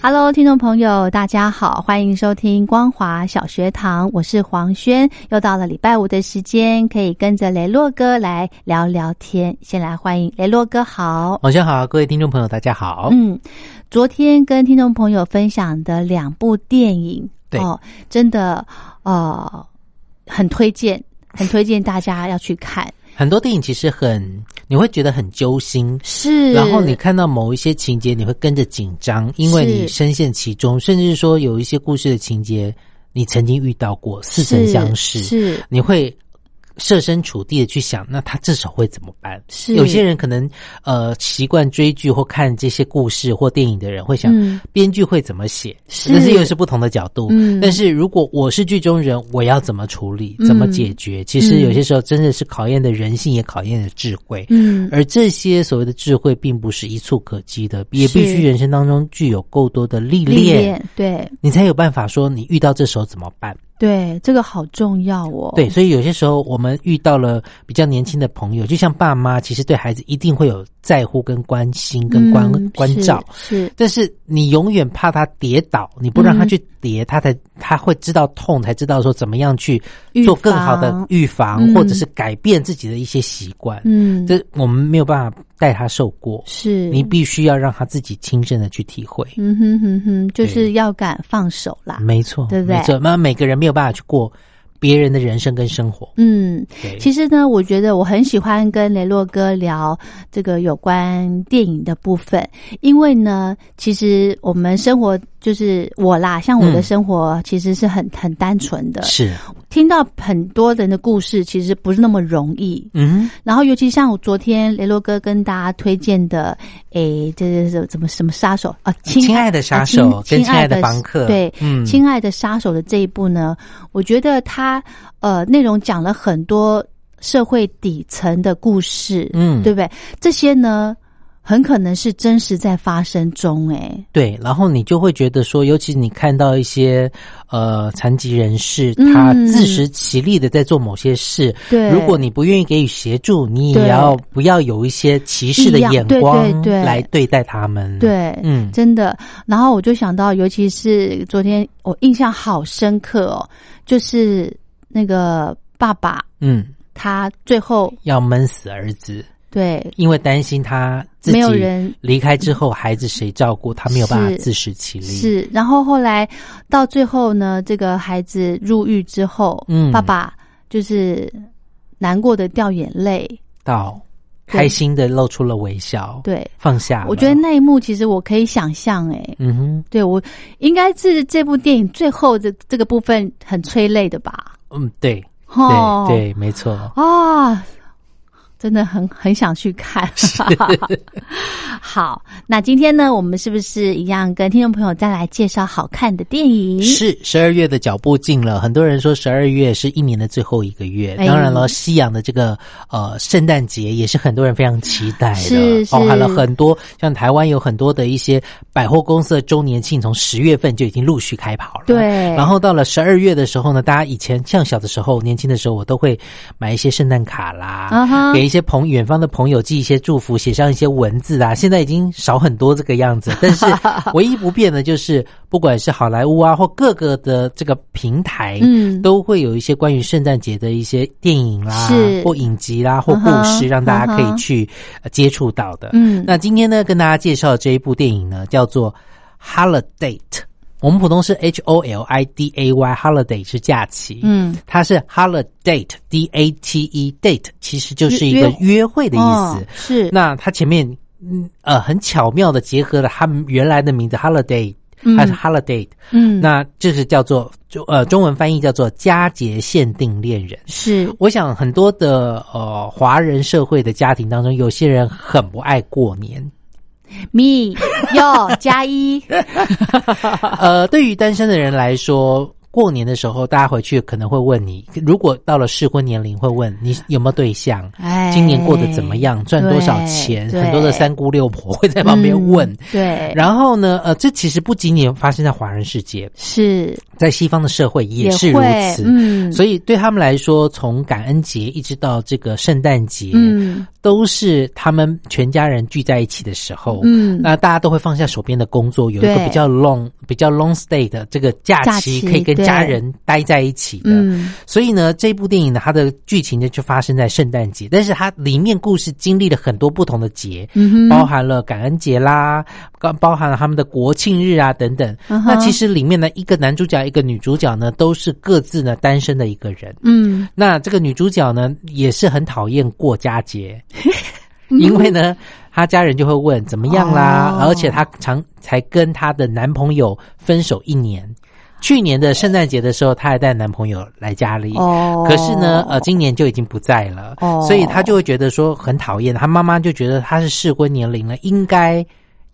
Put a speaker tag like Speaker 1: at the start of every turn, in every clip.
Speaker 1: Hello，听众朋友，大家好，欢迎收听光华小学堂，我是黄轩。又到了礼拜五的时间，可以跟着雷洛哥来聊聊天。先来欢迎雷洛哥，好。
Speaker 2: 晚上好，各位听众朋友，大家好。
Speaker 1: 嗯，昨天跟听众朋友分享的两部电影，
Speaker 2: 对
Speaker 1: 哦，真的呃，很推 荐，很推荐大家要去看。
Speaker 2: 很多电影其实很，你会觉得很揪心，
Speaker 1: 是，
Speaker 2: 然后你看到某一些情节，你会跟着紧张，因为你
Speaker 1: 是
Speaker 2: 深陷其中，甚至说有一些故事的情节，你曾经遇到过，似曾相识，
Speaker 1: 是
Speaker 2: 你会。设身处地的去想，那他这时候会怎么办？
Speaker 1: 是
Speaker 2: 有些人可能呃习惯追剧或看这些故事或电影的人会想，
Speaker 1: 嗯
Speaker 2: 编剧会怎么写，
Speaker 1: 是
Speaker 2: 但是又是不同的角度。
Speaker 1: 嗯
Speaker 2: 但是如果我是剧中人，我要怎么处理，
Speaker 1: 嗯
Speaker 2: 怎么解决？其实有些时候真的是考验的人性，也考验的智慧。
Speaker 1: 嗯，
Speaker 2: 而这些所谓的智慧，并不是一蹴可及的，也必须人生当中具有够多的历
Speaker 1: 历
Speaker 2: 练，
Speaker 1: 练，哦对
Speaker 2: 你才有办法说你遇到这时候怎么办。
Speaker 1: 对，这个好重要哦。
Speaker 2: 对，所以有些时候我们遇到了比较年轻的朋友，就像爸妈，其实对孩子一定会有在乎、跟关心、跟关、
Speaker 1: 嗯
Speaker 2: 关照。
Speaker 1: 是是
Speaker 2: 但是你永远怕他跌倒，你不让
Speaker 1: 嗯
Speaker 2: 他去跌，他才他会知道痛，才知道说怎么样去
Speaker 1: 预
Speaker 2: 做更好的预防，
Speaker 1: 嗯
Speaker 2: 或者是改变自己的一些习惯。
Speaker 1: 嗯，
Speaker 2: 这我们没有办法带他受过，
Speaker 1: 是
Speaker 2: 你必须要让他自己亲身的去体会。
Speaker 1: 嗯哼哼哼，就
Speaker 2: 对
Speaker 1: 是要敢放手啦。
Speaker 2: 没错，
Speaker 1: 啊对不对
Speaker 2: 没错，那每个人没有办法去过别人的人生跟生活。
Speaker 1: 嗯，
Speaker 2: 对，
Speaker 1: 其实呢，我觉得我很喜欢跟雷洛哥聊这个有关电影的部分，因为呢，其实我们生活就是我啦，像我的
Speaker 2: 嗯
Speaker 1: 生活其实是很、很单纯的，
Speaker 2: 是，
Speaker 1: 听到很多人的故事其实不是那么容易，
Speaker 2: 嗯，
Speaker 1: 然后，尤其像我昨天雷洛哥跟大家推荐的，诶，这这这怎么什么杀手啊？亲
Speaker 2: 亲爱的杀手
Speaker 1: 啊
Speaker 2: 跟
Speaker 1: 亲
Speaker 2: 亲爱的房客
Speaker 1: 对，
Speaker 2: 嗯
Speaker 1: 亲爱的杀手的这一部呢，我觉得它呃内容讲了很多社会底层的故事，
Speaker 2: 嗯
Speaker 1: 对不对？这些呢，很可能是真实在发生中、诶，
Speaker 2: 对，然后你就会觉得说，尤其你看到一些呃残疾人士，
Speaker 1: 嗯
Speaker 2: 他自食其力的在做某些事，
Speaker 1: 对
Speaker 2: 如果你不愿意给予协助，你
Speaker 1: 对
Speaker 2: 也要不要有一些歧视的
Speaker 1: 异样
Speaker 2: 眼
Speaker 1: 对
Speaker 2: 光
Speaker 1: 对对
Speaker 2: 来对待他们？
Speaker 1: 对，
Speaker 2: 嗯，
Speaker 1: 真的。然后我就想到，尤其是昨天我印象好深刻哦，就是那个爸爸
Speaker 2: 嗯，
Speaker 1: 他最后
Speaker 2: 要闷死儿子，
Speaker 1: 对
Speaker 2: 因为担心他自己
Speaker 1: 没有人
Speaker 2: 离开之后，孩子谁照顾，他没有办法
Speaker 1: 是
Speaker 2: 自食其力。，
Speaker 1: 是，然后后来到最后呢，这个孩子入狱之后，
Speaker 2: 嗯
Speaker 1: 爸爸就是难过的掉眼泪。
Speaker 2: 到
Speaker 1: 对
Speaker 2: 开心的露出了微笑，，
Speaker 1: 对，
Speaker 2: 放下了。
Speaker 1: 我觉得那一幕其实我可以想象，哎，
Speaker 2: 嗯哼，
Speaker 1: 对我应该是这部电影最后的这个部分很催泪的吧？
Speaker 2: 嗯，对，
Speaker 1: 哦，
Speaker 2: 对，对，没错。
Speaker 1: 啊，真的很很想去 看。好，那今天呢，我们是不是一样跟听众朋友再来介绍好看的电影？
Speaker 2: 是十二月的脚步近了，很多人说十二月是一年的最后一个月。
Speaker 1: 哎
Speaker 2: 当然了，西洋的这个呃圣诞节也是很多人非常期待的，
Speaker 1: 是是
Speaker 2: 包含了很多像台湾有很多的一些百货公司的周年庆，从十月份就已经陆续开跑了。
Speaker 1: 对
Speaker 2: 然后到了十二月的时候呢，大家以前像小的时候、年轻的时候，我都会买一些圣诞卡啦，
Speaker 1: 啊哈
Speaker 2: 给一些朋远方的朋友寄一些祝福，写上一些文字啊。现在已经少很多这个样子， 但是唯一不变的就是，不管是好莱坞啊或各个的这个平台，
Speaker 1: 嗯
Speaker 2: 都会有一些关于圣诞节的一些电影啦
Speaker 1: 是，
Speaker 2: 或影集啦，或
Speaker 1: 嗯
Speaker 2: 故
Speaker 1: 哼
Speaker 2: 事，让大家可
Speaker 1: 嗯哼
Speaker 2: 以去呃接触到的。
Speaker 1: 嗯
Speaker 2: 那今天呢，跟大家介绍的这一部电影呢，叫做《Holiday》。我们普通是 H O L I D A Y holiday 是假期，
Speaker 1: 嗯，
Speaker 2: 它是 holiday D A T E date，其实就是一个
Speaker 1: 约
Speaker 2: 约会的意思
Speaker 1: 哦。是
Speaker 2: 那它前面嗯呃很巧妙的结合了他们原来的名字 holiday 还是
Speaker 1: 嗯
Speaker 2: holiday，、
Speaker 1: 嗯，
Speaker 2: 那这是叫做就呃中文翻译叫做佳节限定恋人。
Speaker 1: 是
Speaker 2: 我想很多的呃华人社会的家庭当中，有些人很不爱过年，
Speaker 1: me 哟 加一，
Speaker 2: 呃，对于单身的人来说，过年的时候，大家回去可能会问你，如果到了适婚年龄，会问你有没有对象，
Speaker 1: 哎，
Speaker 2: 今年过得怎么样，赚多少钱，
Speaker 1: 对
Speaker 2: 很多的三姑六婆会在旁边问。
Speaker 1: 嗯对，
Speaker 2: 然后呢，呃，这其实不仅仅发生在华人世界，
Speaker 1: 是
Speaker 2: 在西方的社会也是如
Speaker 1: 会
Speaker 2: 此。
Speaker 1: 嗯，
Speaker 2: 所以对他们来说，从感恩节一直到这个圣诞节，
Speaker 1: 嗯
Speaker 2: 都是他们全家人聚在一起的时候。
Speaker 1: 嗯，
Speaker 2: 那大家都会放下手边的工作，有一个
Speaker 1: 对
Speaker 2: 比较 long、比较 long stay 的这个假
Speaker 1: 假
Speaker 2: 期，
Speaker 1: 期
Speaker 2: 可以跟
Speaker 1: 对
Speaker 2: 家人待在一起的。
Speaker 1: 嗯
Speaker 2: 所以呢，这部电影呢，它的剧情呢就发生在圣诞节，但是它里面故事经历了很多不同的节，
Speaker 1: 嗯哼，
Speaker 2: 包含了感恩节啦，包包含了他们的国庆日啊等等。
Speaker 1: 嗯哼
Speaker 2: 那其实里面呢，一个男主角，一个女主角呢，都是各自呢单身的一个人。
Speaker 1: 嗯
Speaker 2: 那这个女主角呢，也是很讨厌过 佳节，因为呢，她家人就会问怎么样啦，
Speaker 1: 哦
Speaker 2: 而且她常才跟她的男朋友分手一年。去年的圣诞节的时候，她还带男朋友来家里，
Speaker 1: 哦，
Speaker 2: 可是呢，呃，今年就已经不在了，
Speaker 1: 哦
Speaker 2: 所以她就会觉得说很讨厌。她妈妈就觉得她是适婚年龄了，应该。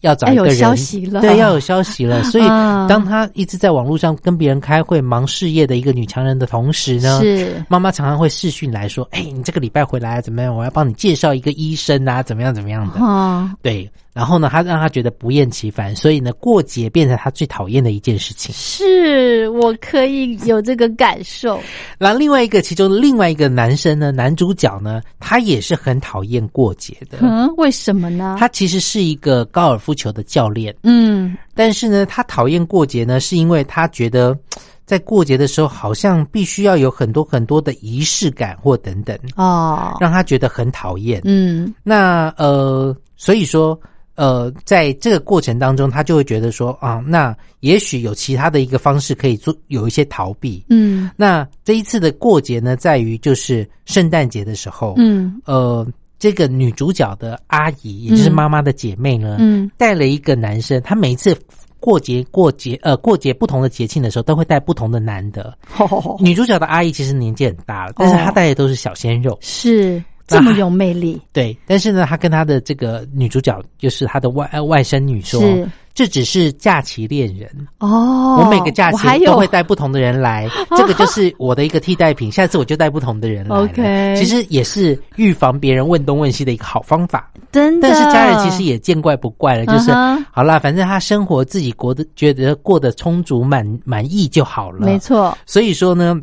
Speaker 2: 要找一个
Speaker 1: 哎要有
Speaker 2: 人，
Speaker 1: 消息了
Speaker 2: 对，要有消 息了。所以，
Speaker 1: 啊
Speaker 2: 当她一直在网络上跟别人开会、忙事业的一个女强人的同时呢，
Speaker 1: 是
Speaker 2: 妈妈常常会视讯来说：“哎、你这个礼拜回来啊怎么样？我要帮你介绍一个医生啊，怎么样怎么样的。
Speaker 1: 啊
Speaker 2: 对，然后呢，他让他觉得不厌其烦，所以呢，过节变成他最讨厌的一件事情。
Speaker 1: 是我可以有这个感受，
Speaker 2: 然后另外一个，其中另外一个男生呢，男主角呢，他也是很讨厌过节的。
Speaker 1: 嗯，为什么呢？
Speaker 2: 他其实是一个高尔夫球的教练，
Speaker 1: 嗯
Speaker 2: 但是呢，他讨厌过节呢，是因为他觉得在过节的时候，好像必须要有很多很多的仪式感或等等，
Speaker 1: 哦，
Speaker 2: 让他觉得很讨厌。
Speaker 1: 嗯
Speaker 2: 那呃，所以说呃，在这个过程当中，他就会觉得说啊，那也许有其他的一个方式可以做，有一些逃避。
Speaker 1: 嗯
Speaker 2: 那这一次的过节呢，在于就是圣诞节的时候，，
Speaker 1: 嗯
Speaker 2: 呃，这个女主角的阿姨，也就是妈妈的姐妹呢，
Speaker 1: 嗯，
Speaker 2: 带了一个男生，她每一次。过节过节呃过节不同的节庆的时候，都会带不同的男的。
Speaker 1: 哦
Speaker 2: 女主角的阿姨其实年纪很大了，但是她带的都是小鲜肉。
Speaker 1: 是这么有魅力，
Speaker 2: 对，但是呢，他跟他的这个女主角，就是他的外呃外甥女说
Speaker 1: 是，
Speaker 2: 这只是假期恋人，
Speaker 1: 哦，
Speaker 2: 我每个假
Speaker 1: 我还
Speaker 2: 期
Speaker 1: 有
Speaker 2: 都会带不同的 人来，这个就是我的一个替代品，下次我就带不同的人来了。
Speaker 1: OK
Speaker 2: 其实也是预防别人问东问西的一个好方法。
Speaker 1: 真的，
Speaker 2: 但是家人其实也见怪不怪了，就是、
Speaker 1: 嗯哼
Speaker 2: 好啦，反正他生活自己过得觉得过得充足满满意就好了。
Speaker 1: 没，错，
Speaker 2: 所以说呢，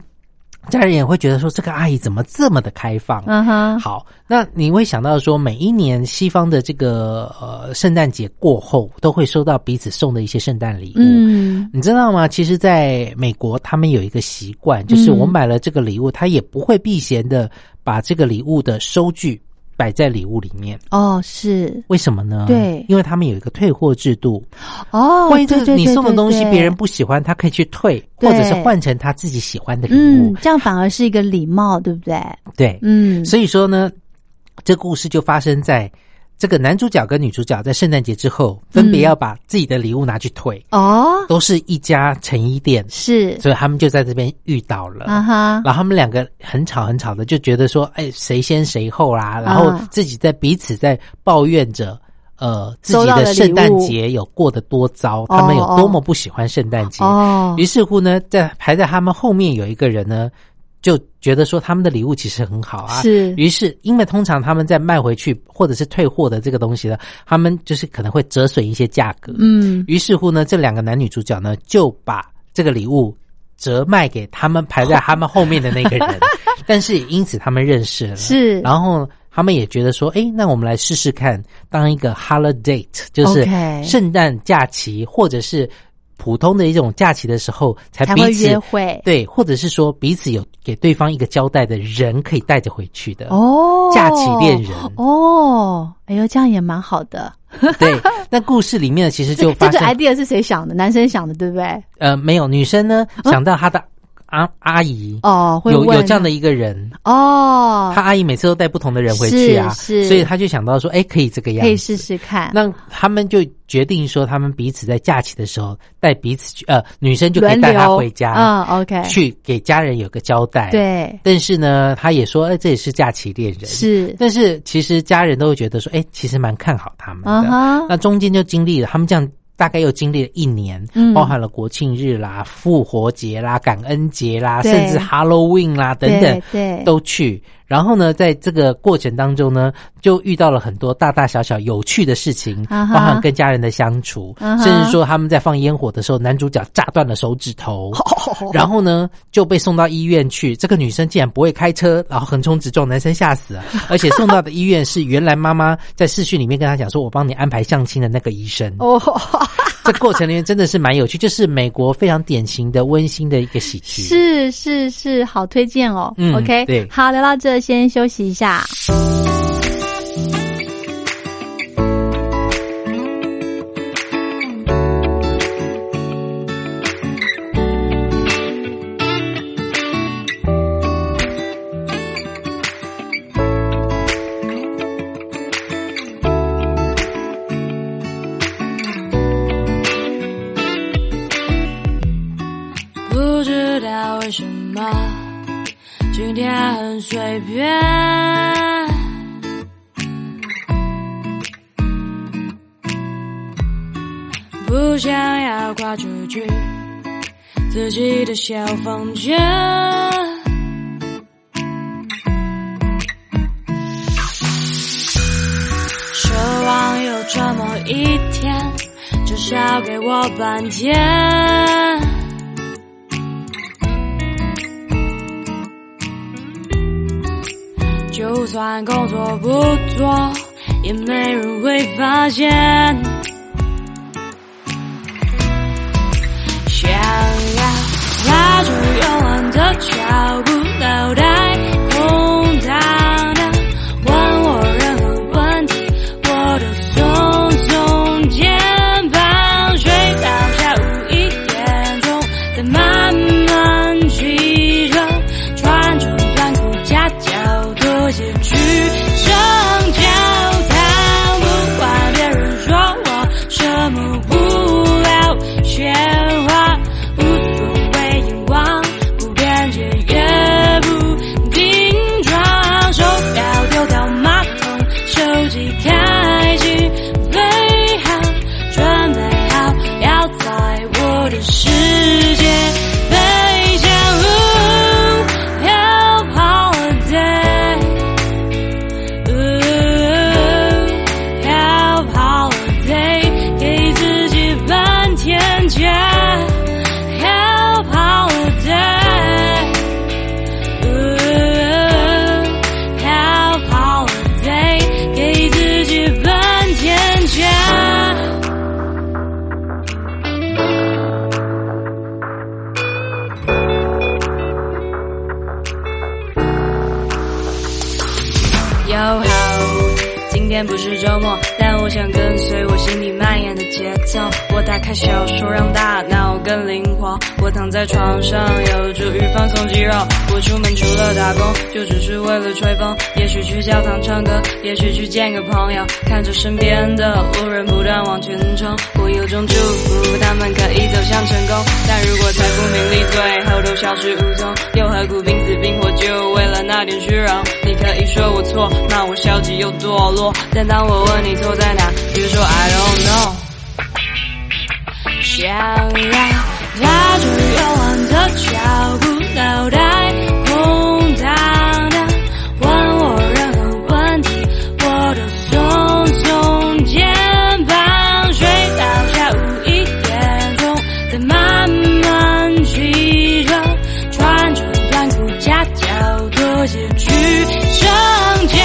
Speaker 2: 家人也会觉得说这个阿姨怎么这么的开放。
Speaker 1: 嗯哼，
Speaker 2: 好，那你会想到说，每一年西方的这个呃圣诞节过后，都会收到彼此送的一些圣诞礼物。
Speaker 1: 嗯，
Speaker 2: 你知道吗？其实，在美国，他们有一个习惯，就是
Speaker 1: 嗯
Speaker 2: 我买了这个礼物，他也不会避嫌的把这个礼物的收据摆在礼物里面。
Speaker 1: 哦，是
Speaker 2: 为什么呢？
Speaker 1: 对
Speaker 2: 因为他们有一个退货制度，
Speaker 1: 哦，
Speaker 2: 万一这
Speaker 1: 对
Speaker 2: 个
Speaker 1: 对
Speaker 2: 你
Speaker 1: 对
Speaker 2: 送的
Speaker 1: 对
Speaker 2: 东西
Speaker 1: 对
Speaker 2: 别人不喜欢，他可以去退，或者是
Speaker 1: 对
Speaker 2: 换成他自己喜欢的礼
Speaker 1: 嗯
Speaker 2: 物，。
Speaker 1: 这样反而是一个礼貌，对不对？
Speaker 2: 对，
Speaker 1: 嗯，
Speaker 2: 所以说呢，这故事就发生在这个男主角跟女主角在圣诞节之后，分
Speaker 1: 嗯
Speaker 2: 别要把自己的礼物拿去退，
Speaker 1: 哦，
Speaker 2: 都是一家成衣店，
Speaker 1: 是
Speaker 2: 所以他们就在这边遇到了。
Speaker 1: 啊哈，
Speaker 2: 然后他们两个很吵很吵的，就觉得说，哎，谁先谁后啦、然后
Speaker 1: 嗯
Speaker 2: 自己在彼此在抱怨着，呃，自己
Speaker 1: 收到的礼
Speaker 2: 的
Speaker 1: 物
Speaker 2: 圣诞节有过得多糟，他们有多么不喜欢圣诞节。
Speaker 1: 哦
Speaker 2: 于，是乎呢，在排在他们后面有一个人呢，就觉得说他们的礼物其实很好啊，
Speaker 1: 是
Speaker 2: 于是，因为通常他们在卖回去或者是退货的这个东西呢，他们就是可能会折损一些价格。，
Speaker 1: 嗯，
Speaker 2: 于是乎呢，这两个男女主角呢就把这个礼物折卖给他们排在他们后面的那个 人，但是也因此他们认识了。
Speaker 1: 是
Speaker 2: 然后他们也觉得说，哎，那我们来试试看，当一个 holiday date，就是
Speaker 1: OK
Speaker 2: 圣诞假期或者是。普通的一种假期的时候，才
Speaker 1: 才会
Speaker 2: 彼此
Speaker 1: 约会。
Speaker 2: 对，或者是说彼此有给对方一个交代的人可以带着回去的。
Speaker 1: 哦，
Speaker 2: 假期恋人
Speaker 1: 哦，哎呦，这样也蛮好的。
Speaker 2: 对，那故事里面其实就
Speaker 1: 这
Speaker 2: 发
Speaker 1: 个
Speaker 2: 生
Speaker 1: idea 是谁想的？男生想的，对不对？
Speaker 2: 呃，没有女生呢想到她的阿、阿姨，
Speaker 1: 啊哦，会
Speaker 2: 有
Speaker 1: 问
Speaker 2: 有这样的一个人，
Speaker 1: 哦，
Speaker 2: 她阿姨每次都带不同的人回去啊，
Speaker 1: 是是
Speaker 2: 所以她就想到说，哎，可以这个样
Speaker 1: 可以
Speaker 2: 子。
Speaker 1: 试试看。
Speaker 2: 那他们就决定说，他们彼此在假期的时候带彼此去，呃，女生就可
Speaker 1: 轮
Speaker 2: 以
Speaker 1: 流
Speaker 2: 带她回家，
Speaker 1: 嗯，OK，
Speaker 2: 去给家人有个交代。，
Speaker 1: 对，
Speaker 2: 但是呢，她也说，哎，这也是假期恋人。，
Speaker 1: 是，
Speaker 2: 但是其实家人都会觉得说，哎，其实蛮看好他们的。
Speaker 1: 嗯哼，
Speaker 2: 那中间就经历了，他们这样大概又经历了一年，
Speaker 1: 嗯
Speaker 2: 包含了国庆日啦、复活节啦、感恩节啦，
Speaker 1: 对
Speaker 2: 甚至 Halloween 啦等等，
Speaker 1: 对，对
Speaker 2: 都去。然后呢，在这个过程当中呢，就遇到了很多大大小小有趣的事情，
Speaker 1: 啊哈
Speaker 2: 包含跟家人的相处，
Speaker 1: 啊哈
Speaker 2: 甚至说他们在放烟火的时候，男主角炸断了手指头，
Speaker 1: 哦
Speaker 2: 然后呢就被送到医院去。这个女生竟然不会开车，然后横冲直撞，男生 吓死了。而且送到的医院是原来妈妈在视讯里面跟他讲说，我帮你安排相亲的那个医生。
Speaker 1: 哦，
Speaker 2: 这过程里面真的是蛮有趣，就是美国非常典型的温馨的一个喜剧。。
Speaker 1: 是是是，好推荐哦。
Speaker 2: 嗯
Speaker 1: OK，
Speaker 2: 对
Speaker 1: 好，聊到这先休息一下。
Speaker 3: 不知道为什么今天很随便，不想要跨出去自己的小房间。奢望有这么一天，至少给我半天。就算工作不做，也没人会发现。想要拉住慵懒的脚步，脑袋空荡荡，问我任何问题，我都耸耸肩膀。睡到下午一点钟，再慢慢起床。穿着短裤夹脚拖鞋去上教堂，不管别人说我什么无聊闲话，无所谓眼光，不辩解也不顶撞，手表丢到马桶，手机开启飞行，准备好要在我的世界飞翔。Ooh, help holiday. Ooh, help holiday. 给自己半天假。Help holiday. Ooh, help holiday. 给自己半天假。哟吼！今天不是周末，但我想跟随我心里蔓延的节奏。我打开小说，让大脑更灵活。我躺在床上，有助于放松肌肉。我出门除了打工，就只是为了吹风。也许去教堂唱歌，也许去见个朋友。看着身边的路人不断往前冲，我有种祝福他们可以走向成功。但如果财富、名利最后都消失无踪，又何苦拼死拼活就为了那点虚荣？你可以说我错，骂我消极又堕落，但当我问你错在哪，你就说 I don't know。想要拉住慵懒的脚步，脑袋空荡荡，问我任何问题，我都耸耸肩膀。睡到下午一点钟，再慢慢起床，穿着短裤夹脚拖鞋去上教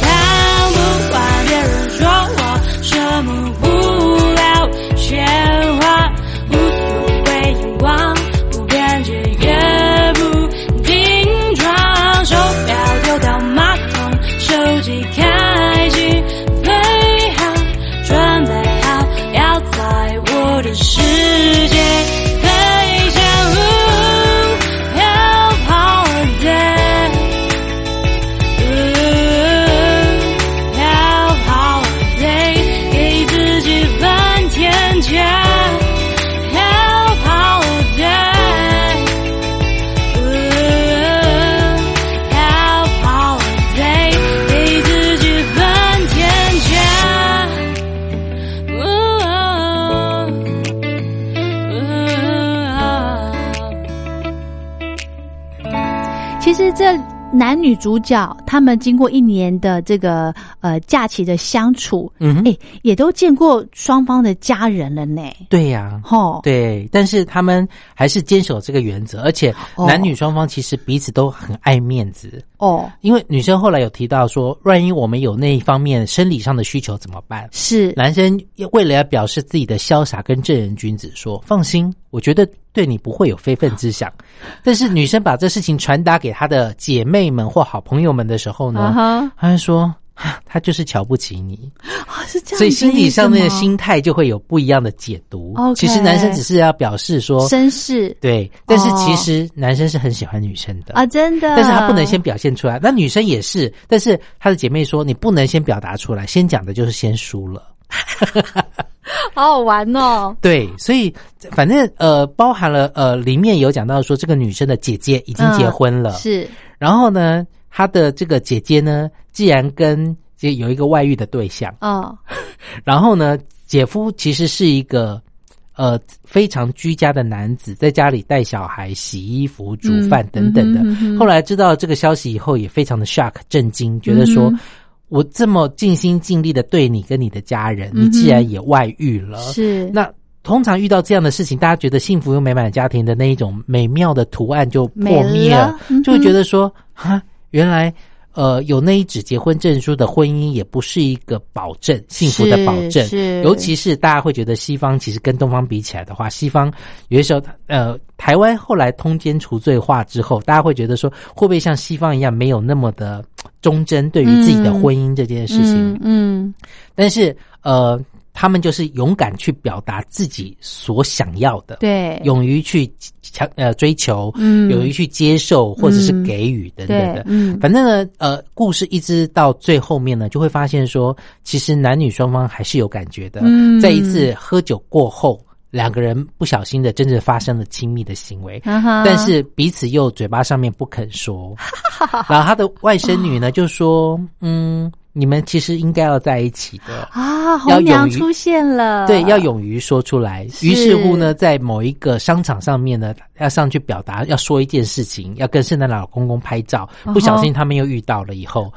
Speaker 3: 堂，不管别人说我什么无聊闲话，无所
Speaker 1: 其实这男女主角他们经过一年的这个呃假期的相处，
Speaker 2: 嗯哼
Speaker 1: 哎、也都见过双方的家人了呢。
Speaker 2: 对呀、
Speaker 1: 吼，
Speaker 2: 对，但是他们还是坚守这个原则，而且
Speaker 1: 哦
Speaker 2: 男女双方其实彼此都很爱面子。
Speaker 1: 哦，
Speaker 2: 因为女生后来有提到说，万一我们有那一方面生理上的需求怎么办？
Speaker 1: 是
Speaker 2: 男生为了要表示自己的潇洒跟正人君子说，放心，我觉得对你不会有非分之想。但是女生把这事情传达给她的姐妹们或好朋友们的时候
Speaker 1: 啊
Speaker 2: 呢，
Speaker 1: 哈，
Speaker 2: 她就说。啊他就是瞧不起你，
Speaker 1: 啊是这样子的意思吗，
Speaker 2: 所以心理上面的心态就会有不一样的解读。
Speaker 1: OK
Speaker 2: 其实男生只是要表示说，
Speaker 1: 绅士
Speaker 2: 对，但是其实男生是很喜欢女生的
Speaker 1: 哦啊，真的，
Speaker 2: 但是他不能先表现出来。那女生也是，但是她的姐妹说，你不能先表达出来，先讲的就是先输了。
Speaker 1: 好好玩哦。
Speaker 2: 对，所以反正呃，包含了呃，里面有讲到说，这个女生的姐姐已经结婚了，
Speaker 1: 嗯是
Speaker 2: 然后呢，她的这个姐姐呢，既然跟这有一个外遇的对象，
Speaker 1: 哦，
Speaker 2: 然后呢，姐夫其实是一个呃非常居家的男子，在家里带小孩、洗衣服、煮饭等等的。
Speaker 1: 嗯嗯哼嗯哼
Speaker 2: 后来知道这个消息以后，也非常的 shock 震惊，觉得说。
Speaker 1: 嗯哼
Speaker 2: 我这么尽心尽力的对你跟你的家人，
Speaker 1: 嗯
Speaker 2: 你
Speaker 1: 哼
Speaker 2: 既然也外遇了，
Speaker 1: 是
Speaker 2: 那通常遇到这样的事情，大家觉得幸福又美满的家庭的那一种美妙的图案就破
Speaker 1: 没
Speaker 2: 灭
Speaker 1: 了嗯哼
Speaker 2: 就会觉得说啊，原来呃有那一纸结婚证书的婚姻也不是一个保证，幸福的保证
Speaker 1: 是是。
Speaker 2: 尤其是大家会觉得西方其实跟东方比起来的话，西方有些时候呃台湾后来通奸除罪化之后，大家会觉得说会不会像西方一样没有那么的忠贞对于自己的
Speaker 1: 嗯
Speaker 2: 婚姻这件事情？
Speaker 1: 嗯，嗯
Speaker 2: 但是呃，他们就是勇敢去表达自己所想要的，，
Speaker 1: 对，
Speaker 2: 勇于去强呃追求，
Speaker 1: 嗯
Speaker 2: 勇于去接受或者是
Speaker 1: 嗯
Speaker 2: 给予等等
Speaker 1: 对
Speaker 2: 的，。
Speaker 1: 嗯，
Speaker 2: 反正呢，呃，故事一直到最后面呢，就会发现说，其实男女双方还是有感觉的。
Speaker 1: 嗯
Speaker 2: 在一次喝酒过后，两个人不小心的真正发生了亲密的行为，
Speaker 1: 啊哈
Speaker 2: 但是彼此又嘴巴上面不 肯说。然后他的外甥女呢，就说：“嗯，你们其实应该要在一起的。”
Speaker 1: 啊，
Speaker 2: 要
Speaker 1: 红
Speaker 2: 勇
Speaker 1: 娘
Speaker 2: 于
Speaker 1: 出现了，
Speaker 2: 对，要勇于说出来。于是乎呢，在某一个商场上面呢，要上去表达，要说一件事情，要跟圣诞老公公拍照。
Speaker 1: 嗯
Speaker 2: 不小心他们又遇到了以后，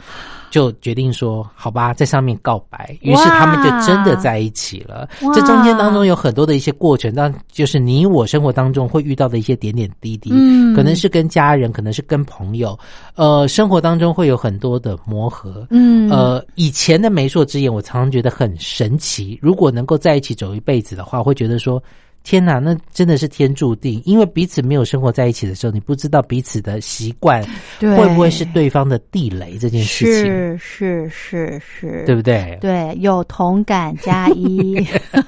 Speaker 2: 就决定说好吧，在上面告白。于是他们就真的在一起了
Speaker 1: 哇。
Speaker 2: 这中间当中有很多的一些过程，当就是你我生活当中会遇到的一些点点滴滴，
Speaker 1: 嗯
Speaker 2: 可能是跟家人，可能是跟朋友，呃，生活当中会有很多的磨合。
Speaker 1: 嗯
Speaker 2: 呃，以前的媒妁之言，我常常觉得很神奇。如果能够在一起走一辈子的话，会觉得说。天哪，那真的是天注定！因为彼此没有生活在一起的时候，你不知道彼此的习惯
Speaker 1: 对
Speaker 2: 会不会是对方的地雷这件事情，
Speaker 1: 是是是是，
Speaker 2: 对不对？
Speaker 1: 对？有同感加 一，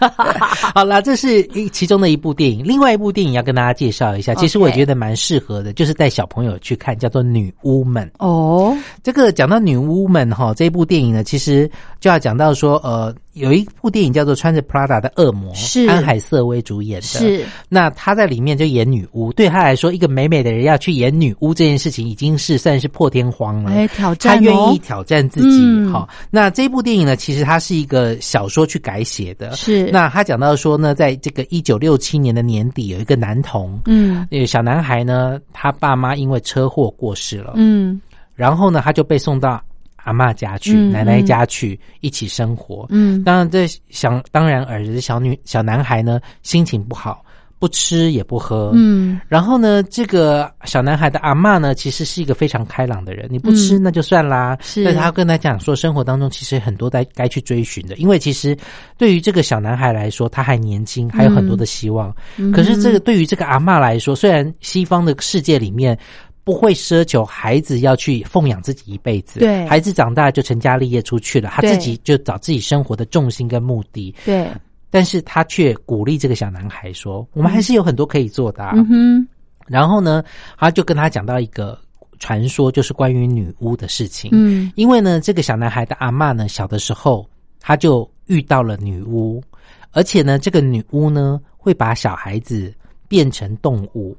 Speaker 2: 好啦，这是一其中的一部电影，另外一部电影要跟大家介绍一下。其实
Speaker 1: OK
Speaker 2: 我觉得蛮适合的，就是带小朋友去看，叫做《女巫们》。
Speaker 1: 哦，
Speaker 2: 这个讲到女巫们哈，这部电影呢，其实就要讲到说，呃，有一部电影叫做《穿着 Prada 的恶魔》，
Speaker 1: 是
Speaker 2: 安海瑟薇主演的。，
Speaker 1: 是
Speaker 2: 那她在里面就演女巫，对她来说，一个美美的人要去演女巫这件事情，已经是算是破天荒了。
Speaker 1: 哎挑战
Speaker 2: 她愿
Speaker 1: 哦
Speaker 2: 意挑战自己。
Speaker 1: 嗯
Speaker 2: 好，那这部电影呢，其实它是一个小说去改写的。
Speaker 1: 是
Speaker 2: 那他讲到说呢，在这个一九六七年的年底，有一个男童，
Speaker 1: 嗯
Speaker 2: 那个小男孩呢，他爸妈因为车祸过世了，
Speaker 1: 嗯
Speaker 2: 然后呢，他就被送到阿嬷家去、
Speaker 1: 嗯
Speaker 2: 奶奶家去一起生活。
Speaker 1: 嗯，
Speaker 2: 当然，这想当然，儿子小女小男孩呢，心情不好，不吃也不喝，。
Speaker 1: 嗯
Speaker 2: 然后呢，这个小男孩的阿嬷呢，其实是一个非常开朗的人。你不吃那就算啦，
Speaker 1: 嗯是
Speaker 2: 但是他跟他讲说，生活当中其实很多该该去追寻的，因为其实对于这个小男孩来说，他还年轻，还有很
Speaker 1: 嗯
Speaker 2: 多的希望。可是这个对于这个阿嬷来说，虽然西方的世界里面。不会奢求孩子要去奉养自己一辈子，
Speaker 1: 对
Speaker 2: 孩子长大就成家立业出去了，他
Speaker 1: 对
Speaker 2: 自己就找自己生活的重心跟目的。
Speaker 1: 对，
Speaker 2: 但是他却鼓励这个小男孩说：“我们还是有很多可以做的、啊。
Speaker 1: 嗯哼，
Speaker 2: 然后呢，他就跟他讲到一个传说，就是关于女巫的事情。，
Speaker 1: 嗯
Speaker 2: 因为呢，这个小男孩的阿嬷呢，小的时候他就遇到了女巫，而且呢，这个女巫呢会把小孩子变成动物，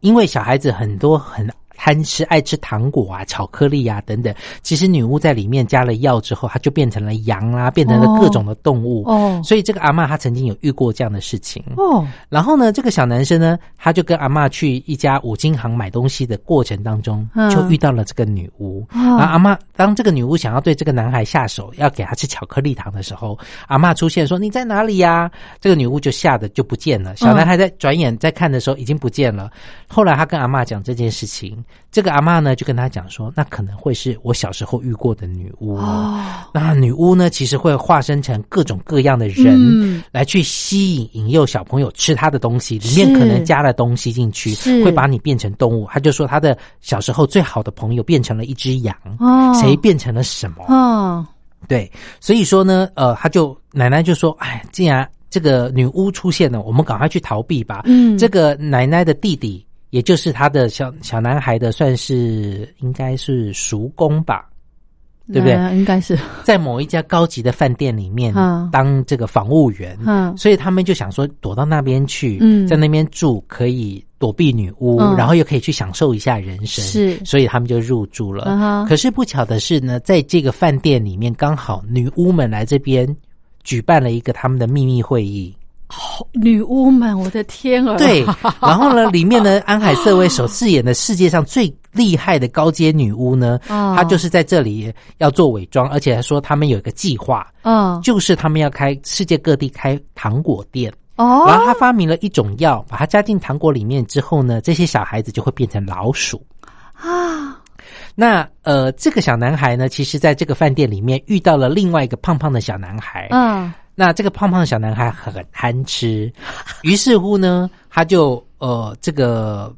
Speaker 2: 因为小孩子很多很。贪吃，爱吃糖果啊、巧克力啊等等。其实女巫在里面加了药之后，她就变成了羊啦、变成了各种的动物。
Speaker 1: 哦
Speaker 2: 所以这个阿嬷她曾经有遇过这样的事情。
Speaker 1: 哦，
Speaker 2: 然后呢，这个小男生呢，他就跟阿嬷去一家五金行买东西的过程当中，
Speaker 1: 嗯
Speaker 2: 就遇到了这个女巫。
Speaker 1: 哦
Speaker 2: 然后阿嬷当这个女巫想要对这个男孩下手，要给他吃巧克力糖的时候，阿嬷出现说：“你在哪里呀、这个女巫就吓得就不见了。小男孩在转眼在看的时候已经不见了。后来他跟阿嬷讲这件事情，这个阿嬷呢就跟他讲说：“那可能会是我小时候遇过的女巫。
Speaker 1: 哦
Speaker 2: 那女巫呢，其实会化身成各种各样的人。
Speaker 1: 嗯
Speaker 2: 来去吸引引诱小朋友吃他的东西，里面可能加了东西进去
Speaker 1: 是，
Speaker 2: 会把你变成动物。他就说他的小时候最好的朋友变成了一只羊，
Speaker 1: 哦
Speaker 2: 谁变成了什么？
Speaker 1: 哦，
Speaker 2: 对，所以说呢，呃，他就奶奶就说，哎，既然这个女巫出现了，我们赶快去逃避吧。
Speaker 1: 嗯
Speaker 2: 这个奶奶的弟弟，也就是他的小小男孩的，算是应该是叔公吧。对不对
Speaker 1: 那应该是
Speaker 2: 在某一家高级的饭店里面
Speaker 1: 嗯
Speaker 2: 当这个防务员，
Speaker 1: 嗯
Speaker 2: 所以他们就想说躲到那边去，
Speaker 1: 嗯
Speaker 2: 在那边住可以躲避女巫，
Speaker 1: 嗯
Speaker 2: 然后又可以去享受一下人生，
Speaker 1: 是
Speaker 2: 所以他们就入住了。
Speaker 1: 嗯哼
Speaker 2: 可是不巧的是呢，在这个饭店里面，刚好女巫们来这边举办了一个他们的秘密会议。
Speaker 1: 女巫们，我的天啊！
Speaker 2: 对， 然后呢，里面呢，安海瑟薇所饰演的世界上最厉害的高阶女巫呢，
Speaker 1: 哦
Speaker 2: 她就是在这里要做伪装，而且还说他们有一个计划，
Speaker 1: 嗯
Speaker 2: 就是他们要开世界各地开糖果店。然
Speaker 1: 哦
Speaker 2: 后他发明了一种药，把它加进糖果里面之后呢，这些小孩子就会变成老鼠。
Speaker 1: 啊，
Speaker 2: 那呃，这个小男孩呢，其实在这个饭店里面遇到了另外一个胖胖的小男孩。
Speaker 1: 嗯
Speaker 2: 那这个胖胖的小男孩很贪吃，于是乎呢，他就呃这个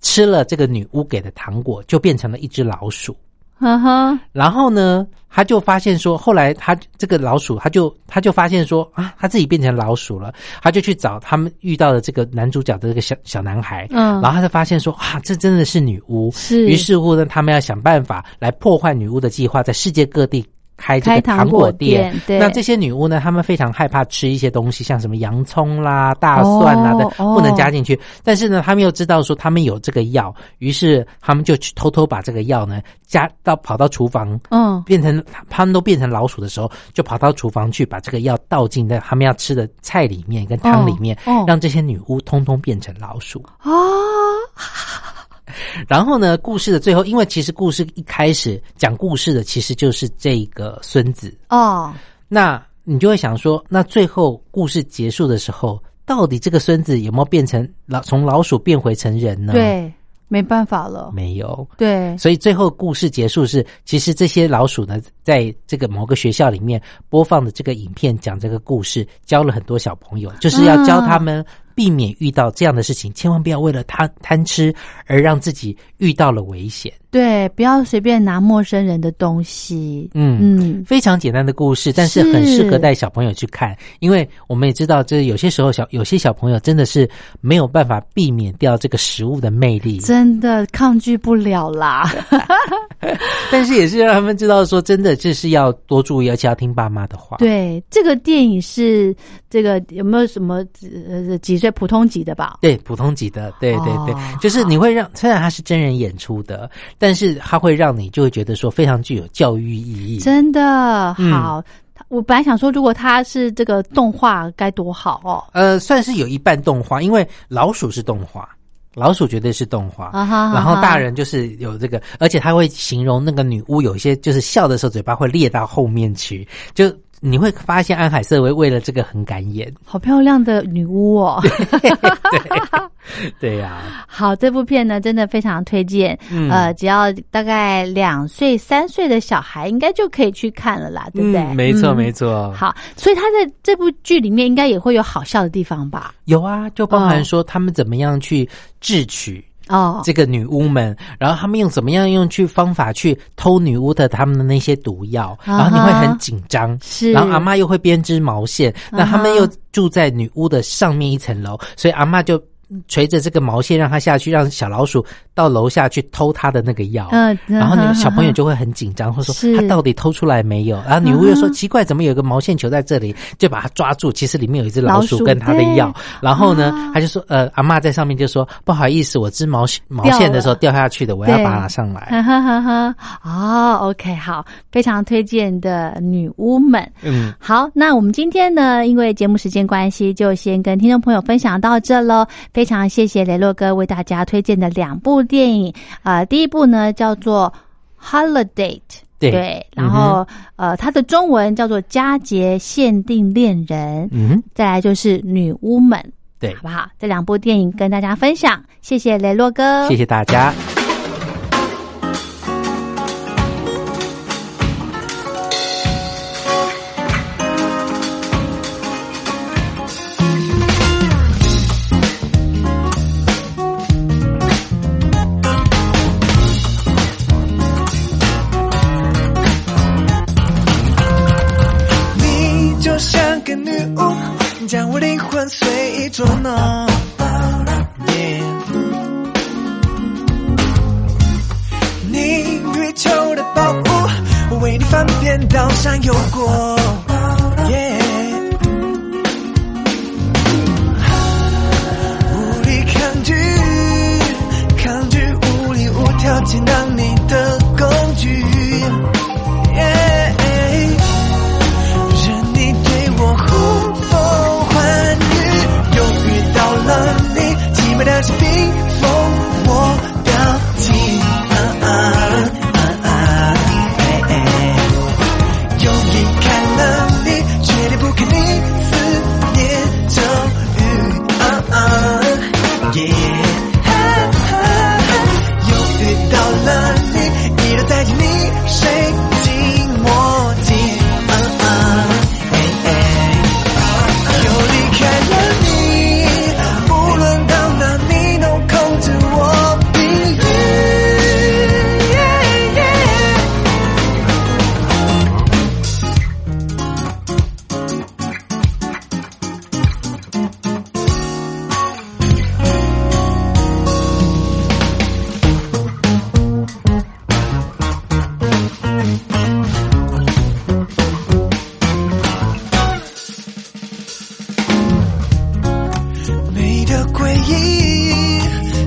Speaker 2: 吃了这个女巫给的糖果，就变成了一只老鼠。
Speaker 1: 嗯哈哈，
Speaker 2: 然后呢，他就发现说，后来他这个老鼠，他就他就发现说啊，他自己变成老鼠了，他就去找他们遇到的这个男主角的这个小小男孩，
Speaker 1: 嗯
Speaker 2: 然后他就发现说啊，这真的是女巫，
Speaker 1: 是
Speaker 2: 于是乎呢，他们要想办法来破坏女巫的计划，在世界各地。开这
Speaker 1: 开
Speaker 2: 个
Speaker 1: 糖
Speaker 2: 糖
Speaker 1: 果
Speaker 2: 果店，
Speaker 1: 店对
Speaker 2: 那这些女巫呢？她们非常害怕吃一些东西，像什么洋葱啦、大蒜啦的
Speaker 1: 哦，哦
Speaker 2: 不能加进去。但是呢，他们又知道说他们有这个药，于是他们就去偷偷把这个药呢加到跑到厨房，
Speaker 1: 嗯
Speaker 2: 变成他们都变成老鼠的时候，就跑到厨房去把这个药倒进在他们要吃的菜里面跟汤里面，
Speaker 1: 哦哦
Speaker 2: 让这些女巫通通变成老鼠。
Speaker 1: 哦
Speaker 2: 然后呢，故事的最后，因为其实故事一开始讲故事的其实就是这个孙子，
Speaker 1: 哦，
Speaker 2: 那你就会想说，那最后故事结束的时候，到底这个孙子有没有变成老从老鼠变回成人呢？，
Speaker 1: 对，没办法了，
Speaker 2: 嗯没有。
Speaker 1: 对，
Speaker 2: 所以最后故事结束是，其实这些老鼠呢，在这个某个学校里面播放的这个影片，讲这个故事，教了很多小朋友，就是要教他们避免遇到这样的事情，千万不要为了贪贪吃而让自己遇到了危险。
Speaker 1: 对，不要随便拿陌生人的东西。
Speaker 2: 嗯。
Speaker 1: 嗯，
Speaker 2: 非常简单的故事，但是很适合带小朋友去看，因为我们也知道，这有些时候小有些小朋友真的是没有办法避免掉这个食物的魅力。
Speaker 1: 真的抗拒不了 啦。
Speaker 2: 但是也是让他们知道说，真的这是要多注意，而且要听爸妈的话。
Speaker 1: 对，这个电影是这个有没有什么呃几岁普通级的吧？
Speaker 2: 对，普通级的，对对对，
Speaker 1: 哦
Speaker 2: 就是你会让，虽然它是真人演出的，但是它会让你就会觉得说非常具有教育意义。
Speaker 1: 真的
Speaker 2: 嗯
Speaker 1: 好，他我本来想说，如果它是这个动画该多好哦。
Speaker 2: 呃，算是有一半动画，因为老鼠是动画，老鼠绝对是动画，
Speaker 1: 啊哈
Speaker 2: 然后
Speaker 1: 啊哈
Speaker 2: 大人就是有这个，而且他会形容那个女巫有一些就是笑的时候嘴巴会裂到后面去，就你会发现安海瑟薇为了这个很敢演，
Speaker 1: 好漂亮的女巫哦！
Speaker 2: 对呀、
Speaker 1: 好，这部片呢真的非常推荐，
Speaker 2: 嗯
Speaker 1: 呃，只要大概两岁、三岁的小孩应该就可以去看了啦，对不对？嗯
Speaker 2: 错
Speaker 1: 好，所以他在这部剧里面应该也会有好笑的地方吧？
Speaker 2: 有啊，就包
Speaker 1: 哦
Speaker 2: 含说他们怎么样去智取。
Speaker 1: 哦，
Speaker 2: 这个女巫们，然后他们用怎么样用去方法去偷女巫的他们的那些毒药，
Speaker 1: 啊哈
Speaker 2: 然后你会很紧张。
Speaker 1: 是
Speaker 2: 然后阿妈又会编织毛线，那他
Speaker 1: 嗯啊
Speaker 2: 们
Speaker 1: 哈
Speaker 2: 又住在女巫的上面一层楼，所以阿妈就。垂着这个毛线让它下去，让小老鼠到楼下去偷它的那个药。
Speaker 1: 嗯，
Speaker 2: 然后你
Speaker 1: 哈
Speaker 2: 小朋友
Speaker 1: 哈
Speaker 2: 就会很紧张，会说
Speaker 1: 是
Speaker 2: 他到底偷出来没有？然后女巫又说
Speaker 1: 啊
Speaker 2: 奇怪，怎么有个毛线球在这里？就把它抓住，其实里面有一只
Speaker 1: 老
Speaker 2: 老
Speaker 1: 鼠
Speaker 2: 鼠跟它的
Speaker 1: 哦对
Speaker 2: 药。然后呢
Speaker 1: 啊，
Speaker 2: 他就说呃，阿嬷在上面就说不好意思，我织毛毛线的时候掉下去的，我要
Speaker 1: 对
Speaker 2: 把它拿上来。
Speaker 1: 哈哈哈哈！ 哦，OK，好，非常推荐的女巫们。
Speaker 2: 嗯，
Speaker 1: 好，那我们今天呢，因为节目时间关系，就先跟听众朋友分享到这喽。非常谢谢雷洛哥为大家推荐的两部电影，呃，第一部呢叫做《Holiday》。
Speaker 2: 对嗯
Speaker 1: 然后、呃，它的中文叫做《佳节限定恋人》，
Speaker 2: 嗯，
Speaker 1: 再来就是《女巫们》，
Speaker 2: 对
Speaker 1: 好，不好？这两部电影跟大家分享，谢谢雷洛哥，
Speaker 2: 谢谢大家。
Speaker 4: 你就像个女巫，将我灵魂随意捉弄。Yeah 你欲求的宝物，我为你翻遍岛上游过。Yeah 无力抗拒，抗拒无力无条件当你的工具。Yeah 任你对我呼风唤雨，又遇到了你，寂寞的是冰封我表情。啊啊啊啊！哎哎，又离开了你，却离不开你，思念咒语。啊啊，耶！又遇到了你，一路带着你，水晶墨镜。啊啊，哎哎。又离开了你，无论到哪你都控制我命运。美的诡异，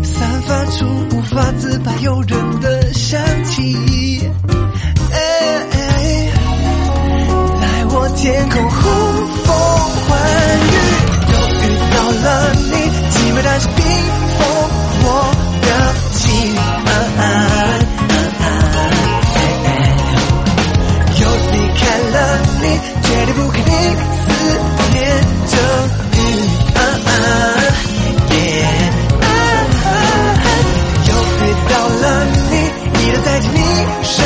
Speaker 4: 散发出无法自拔诱人的香气。哎哎，在我天空呼风唤雨，又遇到了你，寂寞但是冰封我的情。啊啊啊啊哎哎又离开了你，绝对不可逆思念咒语。啊啊，yeah 啊啊啊又遇到了你，依然带着你水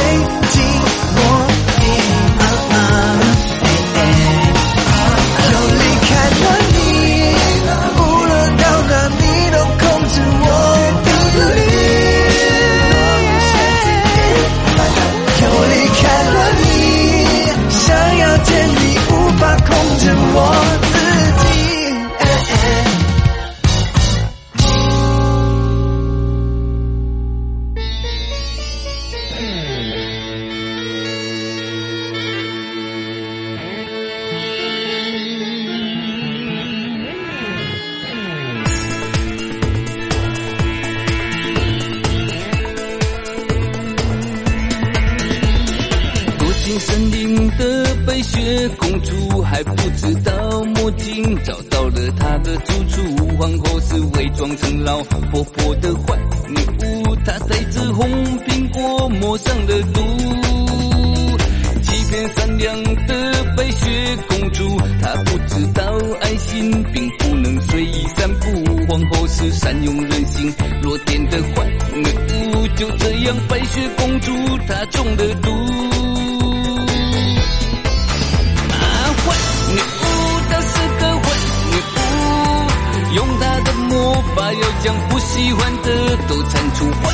Speaker 4: 晶墨镜。啊啊，哎哎又离开了你，无论到哪你都控制我的命运。又离开了你，想要见你，无法控制我自己。哎哎
Speaker 5: 躲进森林的白雪公主还不知道魔镜找到了她的住处，皇后是伪装成老婆婆的坏女巫，她带着红苹果抹上了毒，欺骗善良的白雪公主，她不知道爱心并不能随意散布，皇后是善用人性弱点的坏女巫，就这样白雪公主她中了毒。啊，坏女巫，她是个坏女巫，用她的魔法要将不喜欢的都铲除，化